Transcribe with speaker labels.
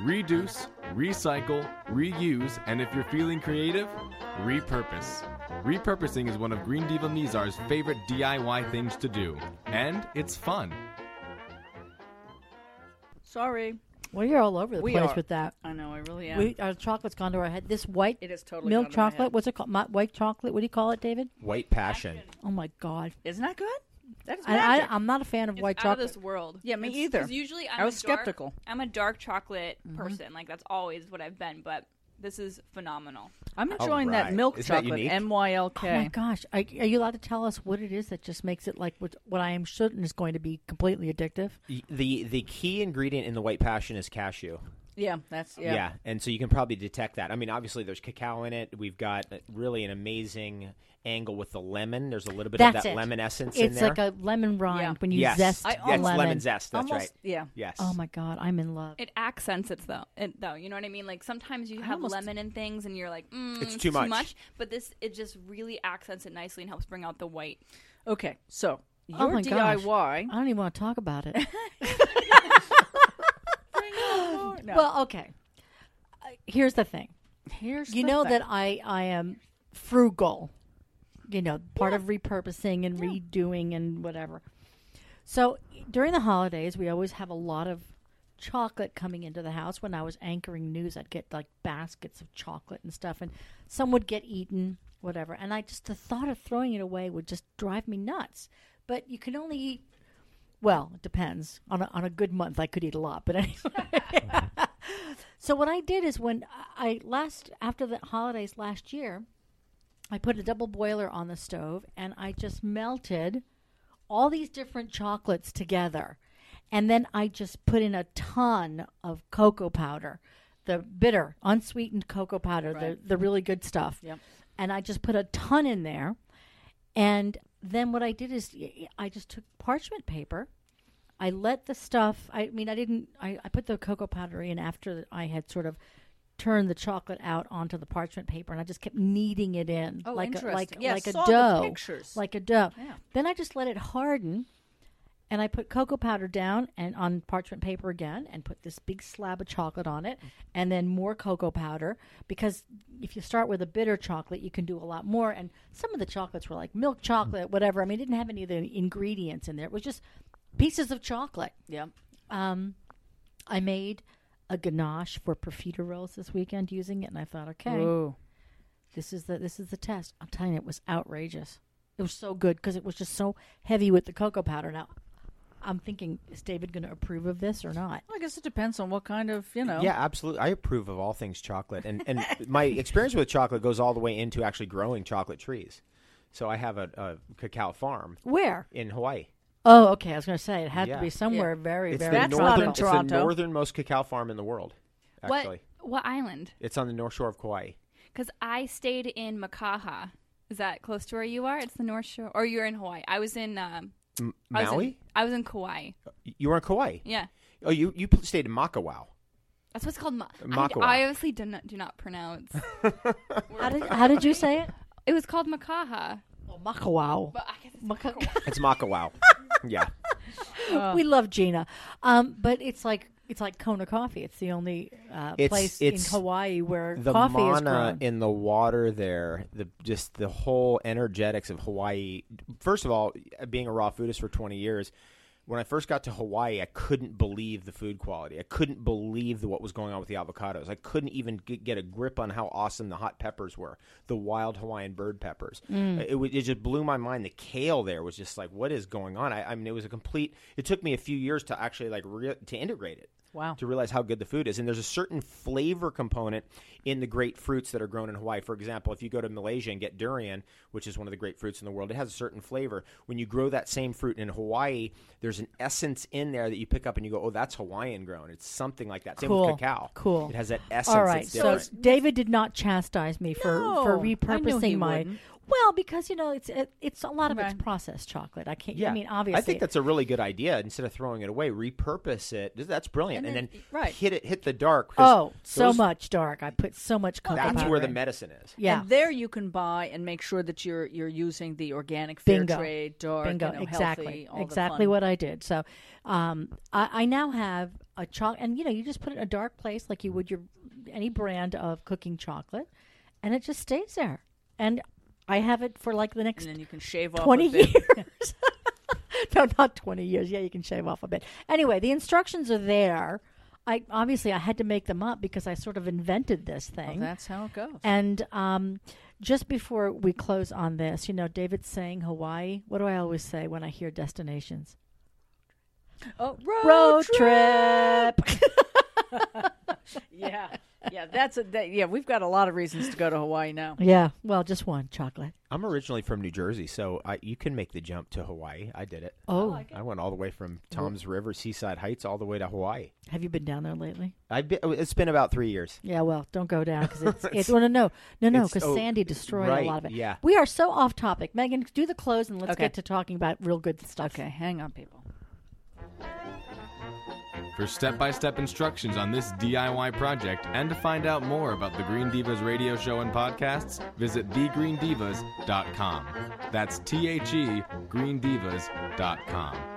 Speaker 1: reduce, recycle, reuse, and if you're feeling creative, repurpose. Repurposing is one of Green Diva Mizar's favorite DIY things to do, and it's fun.
Speaker 2: Sorry.
Speaker 3: Well, you're all over the
Speaker 2: We
Speaker 3: place
Speaker 2: are.
Speaker 3: with that.
Speaker 2: I know, I really am.
Speaker 3: We, our chocolate's gone to our head. This white
Speaker 2: It is totally
Speaker 3: milk
Speaker 2: gone to my
Speaker 3: chocolate.
Speaker 2: head.
Speaker 3: What's it called? My, white chocolate. What do you call it, David?
Speaker 4: White passion.
Speaker 3: Oh my God!
Speaker 2: Isn't that good? That is
Speaker 3: And I,
Speaker 2: magic.
Speaker 3: I'm not a fan of
Speaker 5: It's
Speaker 3: white
Speaker 5: out
Speaker 3: chocolate.
Speaker 5: of this world.
Speaker 2: Yeah, me
Speaker 5: It's-
Speaker 2: either.
Speaker 5: 'cause Usually, I'm
Speaker 2: I was
Speaker 5: a dark,
Speaker 2: skeptical.
Speaker 5: I'm a dark chocolate person. Like that's always what I've been. But this is phenomenal.
Speaker 2: I'm enjoying that
Speaker 4: right.
Speaker 2: milk
Speaker 4: Isn't that
Speaker 2: chocolate.
Speaker 4: unique?
Speaker 2: MYLK.
Speaker 3: Oh my gosh! Are, are you allowed to tell us what it is that just makes it like what, what I am certain is going to be completely addictive?
Speaker 4: Y- The the key ingredient in the white passion is cashew.
Speaker 2: Yeah, that's yeah.
Speaker 4: Yeah. and so you can probably detect that. I mean, obviously there's cacao in it. We've got uh, really an amazing angle with the lemon. There's a little bit
Speaker 3: That's
Speaker 4: of that
Speaker 3: it.
Speaker 4: lemon essence in
Speaker 3: It's
Speaker 4: there.
Speaker 3: like a lemon rind
Speaker 2: Yeah.
Speaker 3: when you
Speaker 4: yes,
Speaker 3: zest
Speaker 2: I
Speaker 3: the
Speaker 4: yeah, it's lemon.
Speaker 3: lemon.
Speaker 4: zest. That's
Speaker 2: Almost,
Speaker 4: right.
Speaker 2: Yeah.
Speaker 4: Yes.
Speaker 3: Oh my God! I'm in love.
Speaker 5: It accents it though. It, though you know what I mean. Like sometimes you have lemon and things, and you're like, mm,
Speaker 4: It's too much.
Speaker 5: But this it just really accents it nicely and helps bring out the white.
Speaker 2: Okay. So your
Speaker 3: oh my gosh.
Speaker 2: DIY.
Speaker 3: I don't even want to talk about it.
Speaker 2: oh
Speaker 3: Well, okay. Uh, Here's the thing.
Speaker 2: Here's
Speaker 3: you
Speaker 2: the
Speaker 3: know
Speaker 2: thing.
Speaker 3: that I I am frugal. You know, part of repurposing and redoing and whatever. So during the holidays, we always have a lot of chocolate coming into the house. When I was anchoring news, I'd get like baskets of chocolate and stuff, and some would get eaten, whatever. And I just the thought of throwing it away would just drive me nuts. But you can only eat. Well, it depends. On a, on a good month, I could eat a lot, but anyway. So what I did is when I last after the holidays last year, I put a double boiler on the stove and I just melted all these different chocolates together. And then I just put in a ton of cocoa powder, the bitter, unsweetened cocoa powder, the, the really good stuff.
Speaker 2: Yep.
Speaker 3: And I just put a ton in there. And then what I did is y- I just took parchment paper I let the stuff. I mean, I didn't. I, I put the cocoa powder in after I had sort of turned the chocolate out onto the parchment paper, and I just kept kneading it in
Speaker 2: Oh,
Speaker 3: like a,
Speaker 2: interesting.
Speaker 3: like
Speaker 2: Yeah, I
Speaker 3: like a
Speaker 2: saw the
Speaker 3: dough,
Speaker 2: pictures.
Speaker 3: like a dough.
Speaker 2: Yeah.
Speaker 3: Then I just let it harden, and I put cocoa powder down and on parchment paper again, and put this big slab of chocolate on it, and then more cocoa powder because if you start with a bitter chocolate, you can do a lot more. And some of the chocolates were like milk chocolate, whatever. I mean, it didn't have any of the ingredients in there. It was just pieces of chocolate.
Speaker 2: yeah.
Speaker 3: Um, I made a ganache for profiterole rolls this weekend using it, and I thought, okay,
Speaker 2: Ooh.
Speaker 3: this is the this is the test. I'm telling you, it was outrageous. It was so good because it was just so heavy with the cocoa powder. Now, I'm thinking, is David going to approve of this or not?
Speaker 2: Well, I guess it depends on what kind of you know.
Speaker 4: Yeah, absolutely. I approve of all things chocolate, and and my experience with chocolate goes all the way into actually growing chocolate trees. So I have a, a cacao farm
Speaker 3: Where?
Speaker 4: in Hawaii.
Speaker 3: Oh, okay. I was going to say it had
Speaker 4: Yeah.
Speaker 3: to be somewhere very,
Speaker 4: It's
Speaker 3: very.
Speaker 4: the
Speaker 2: That's
Speaker 3: far
Speaker 2: not
Speaker 4: northern,
Speaker 2: in
Speaker 3: from
Speaker 4: it's the
Speaker 2: Toronto.
Speaker 4: northernmost cacao farm in the world. Actually,
Speaker 5: What what island?
Speaker 4: it's on the north shore of Kauai.
Speaker 5: Because I stayed in Makaha. Is that close to where you are? It's the North Shore, or you're in Hawaii. I was in um,
Speaker 4: M-
Speaker 5: I was in-
Speaker 4: Maui?
Speaker 5: I was in Kauai.
Speaker 4: You were in Kauai.
Speaker 5: Yeah,
Speaker 4: Oh, you you stayed in Makawao.
Speaker 5: that's what's called. Ma- I,
Speaker 4: Makawa.
Speaker 5: I obviously do not do not pronounce.
Speaker 3: How did how did you say it?
Speaker 5: it was called Makaha.
Speaker 3: Oh, Makawao.
Speaker 5: But I guess it's
Speaker 3: Maka-
Speaker 4: It's Makawao. yeah.
Speaker 3: we love Gina, um, but it's like it's like Kona coffee. It's the only uh,
Speaker 4: It's-
Speaker 3: place
Speaker 4: it's
Speaker 3: in Hawaii where
Speaker 4: The
Speaker 3: coffee is
Speaker 4: mana
Speaker 3: grown.
Speaker 4: in the water there, the just the whole energetics of Hawaii. First of all, being a raw foodist for 20 years, when I first got to Hawaii, I couldn't believe the food quality. I couldn't believe the, what was going on with the avocados. I couldn't even g- get a grip on how awesome the hot peppers were, the wild Hawaiian bird peppers.
Speaker 3: Mm.
Speaker 4: It, wa- it just blew my mind. The kale there was just like, what is going on? I, I mean, it was a complete. It took me a few years to actually like re- to integrate it.
Speaker 2: Wow.
Speaker 4: To realize how good the food is, and there's a certain flavor component in the great fruits that are grown in Hawaii. For example, if you go to Malaysia and get durian, which is one of the great fruits in the world, it has a certain flavor. When you grow that same fruit in Hawaii, there's an essence in there that you pick up and you go, "Oh, that's Hawaiian grown." It's something like that. Same
Speaker 3: Cool.
Speaker 4: with cacao.
Speaker 3: Cool.
Speaker 4: It has that essence.
Speaker 3: All right,
Speaker 4: that's
Speaker 3: so
Speaker 4: different.
Speaker 3: David did not chastise me for
Speaker 2: No, I
Speaker 3: for
Speaker 2: knew he
Speaker 3: repurposing my.
Speaker 2: wouldn't.
Speaker 3: Well, because you know it's it, it's a lot of it's
Speaker 2: Right.
Speaker 3: processed chocolate. I can't.
Speaker 4: Yeah,
Speaker 3: I mean, obviously,
Speaker 4: I think that's a really good idea. Instead of throwing it away, repurpose it. Th- That's brilliant. And then,
Speaker 2: right.
Speaker 4: hit it, hit the dark. 'cause
Speaker 3: oh so
Speaker 4: those-
Speaker 3: much dark. I put so much cocoa
Speaker 4: That's
Speaker 3: powder
Speaker 4: where the
Speaker 3: in.
Speaker 4: medicine is.
Speaker 3: yeah.
Speaker 2: And there you can buy and make sure that you're you're using the organic fair
Speaker 3: Bingo.
Speaker 2: trade, dark,
Speaker 3: Bingo.
Speaker 2: you know,
Speaker 3: exactly.
Speaker 2: healthy, all the
Speaker 3: exactly
Speaker 2: fun.
Speaker 3: what I did. So um, I, I now have a choc and you know you just put it in a dark place like you would your any brand of cooking chocolate and it just stays there and i have it for like the next
Speaker 2: and then you can shave off a
Speaker 3: 20
Speaker 2: bit.
Speaker 3: years. no, not 20 years. Yeah, you can shave off a bit. Anyway, the instructions are there. I obviously I had to make them up because I sort of invented this
Speaker 2: Well,
Speaker 3: thing.
Speaker 2: that's how it goes.
Speaker 3: and um, just before we close on this, you know, David's saying Hawaii. What do I always say when I hear destinations?
Speaker 2: oh, road,
Speaker 3: Road
Speaker 2: trip.
Speaker 3: trip.
Speaker 2: Yeah, yeah. That's a that, yeah. We've got a lot of reasons to go to Hawaii now.
Speaker 3: yeah, well, just one chocolate.
Speaker 4: I'm originally from New Jersey, so I, you can make the jump to Hawaii. I did it.
Speaker 3: Oh,
Speaker 4: I went all the way from Tom's River, Seaside Heights, all the way to Hawaii.
Speaker 3: have you been down there lately?
Speaker 4: I've been, it's been about three years.
Speaker 3: Yeah, well, don't go down because it's, it's well, no, no, no, no,
Speaker 4: it's-
Speaker 3: because
Speaker 4: oh,
Speaker 3: Sandy destroyed
Speaker 4: right,
Speaker 3: a lot of it.
Speaker 4: yeah.
Speaker 3: we are so off topic. Megan, do the close and let's
Speaker 2: Okay.
Speaker 3: get to talking about real good stuff.
Speaker 2: Okay, hang on, people.
Speaker 1: For step by step instructions on this DIY project and to find out more about the Green Divas radio show and podcasts, visit thegreendivas.com. That's T H E, greendivas.com.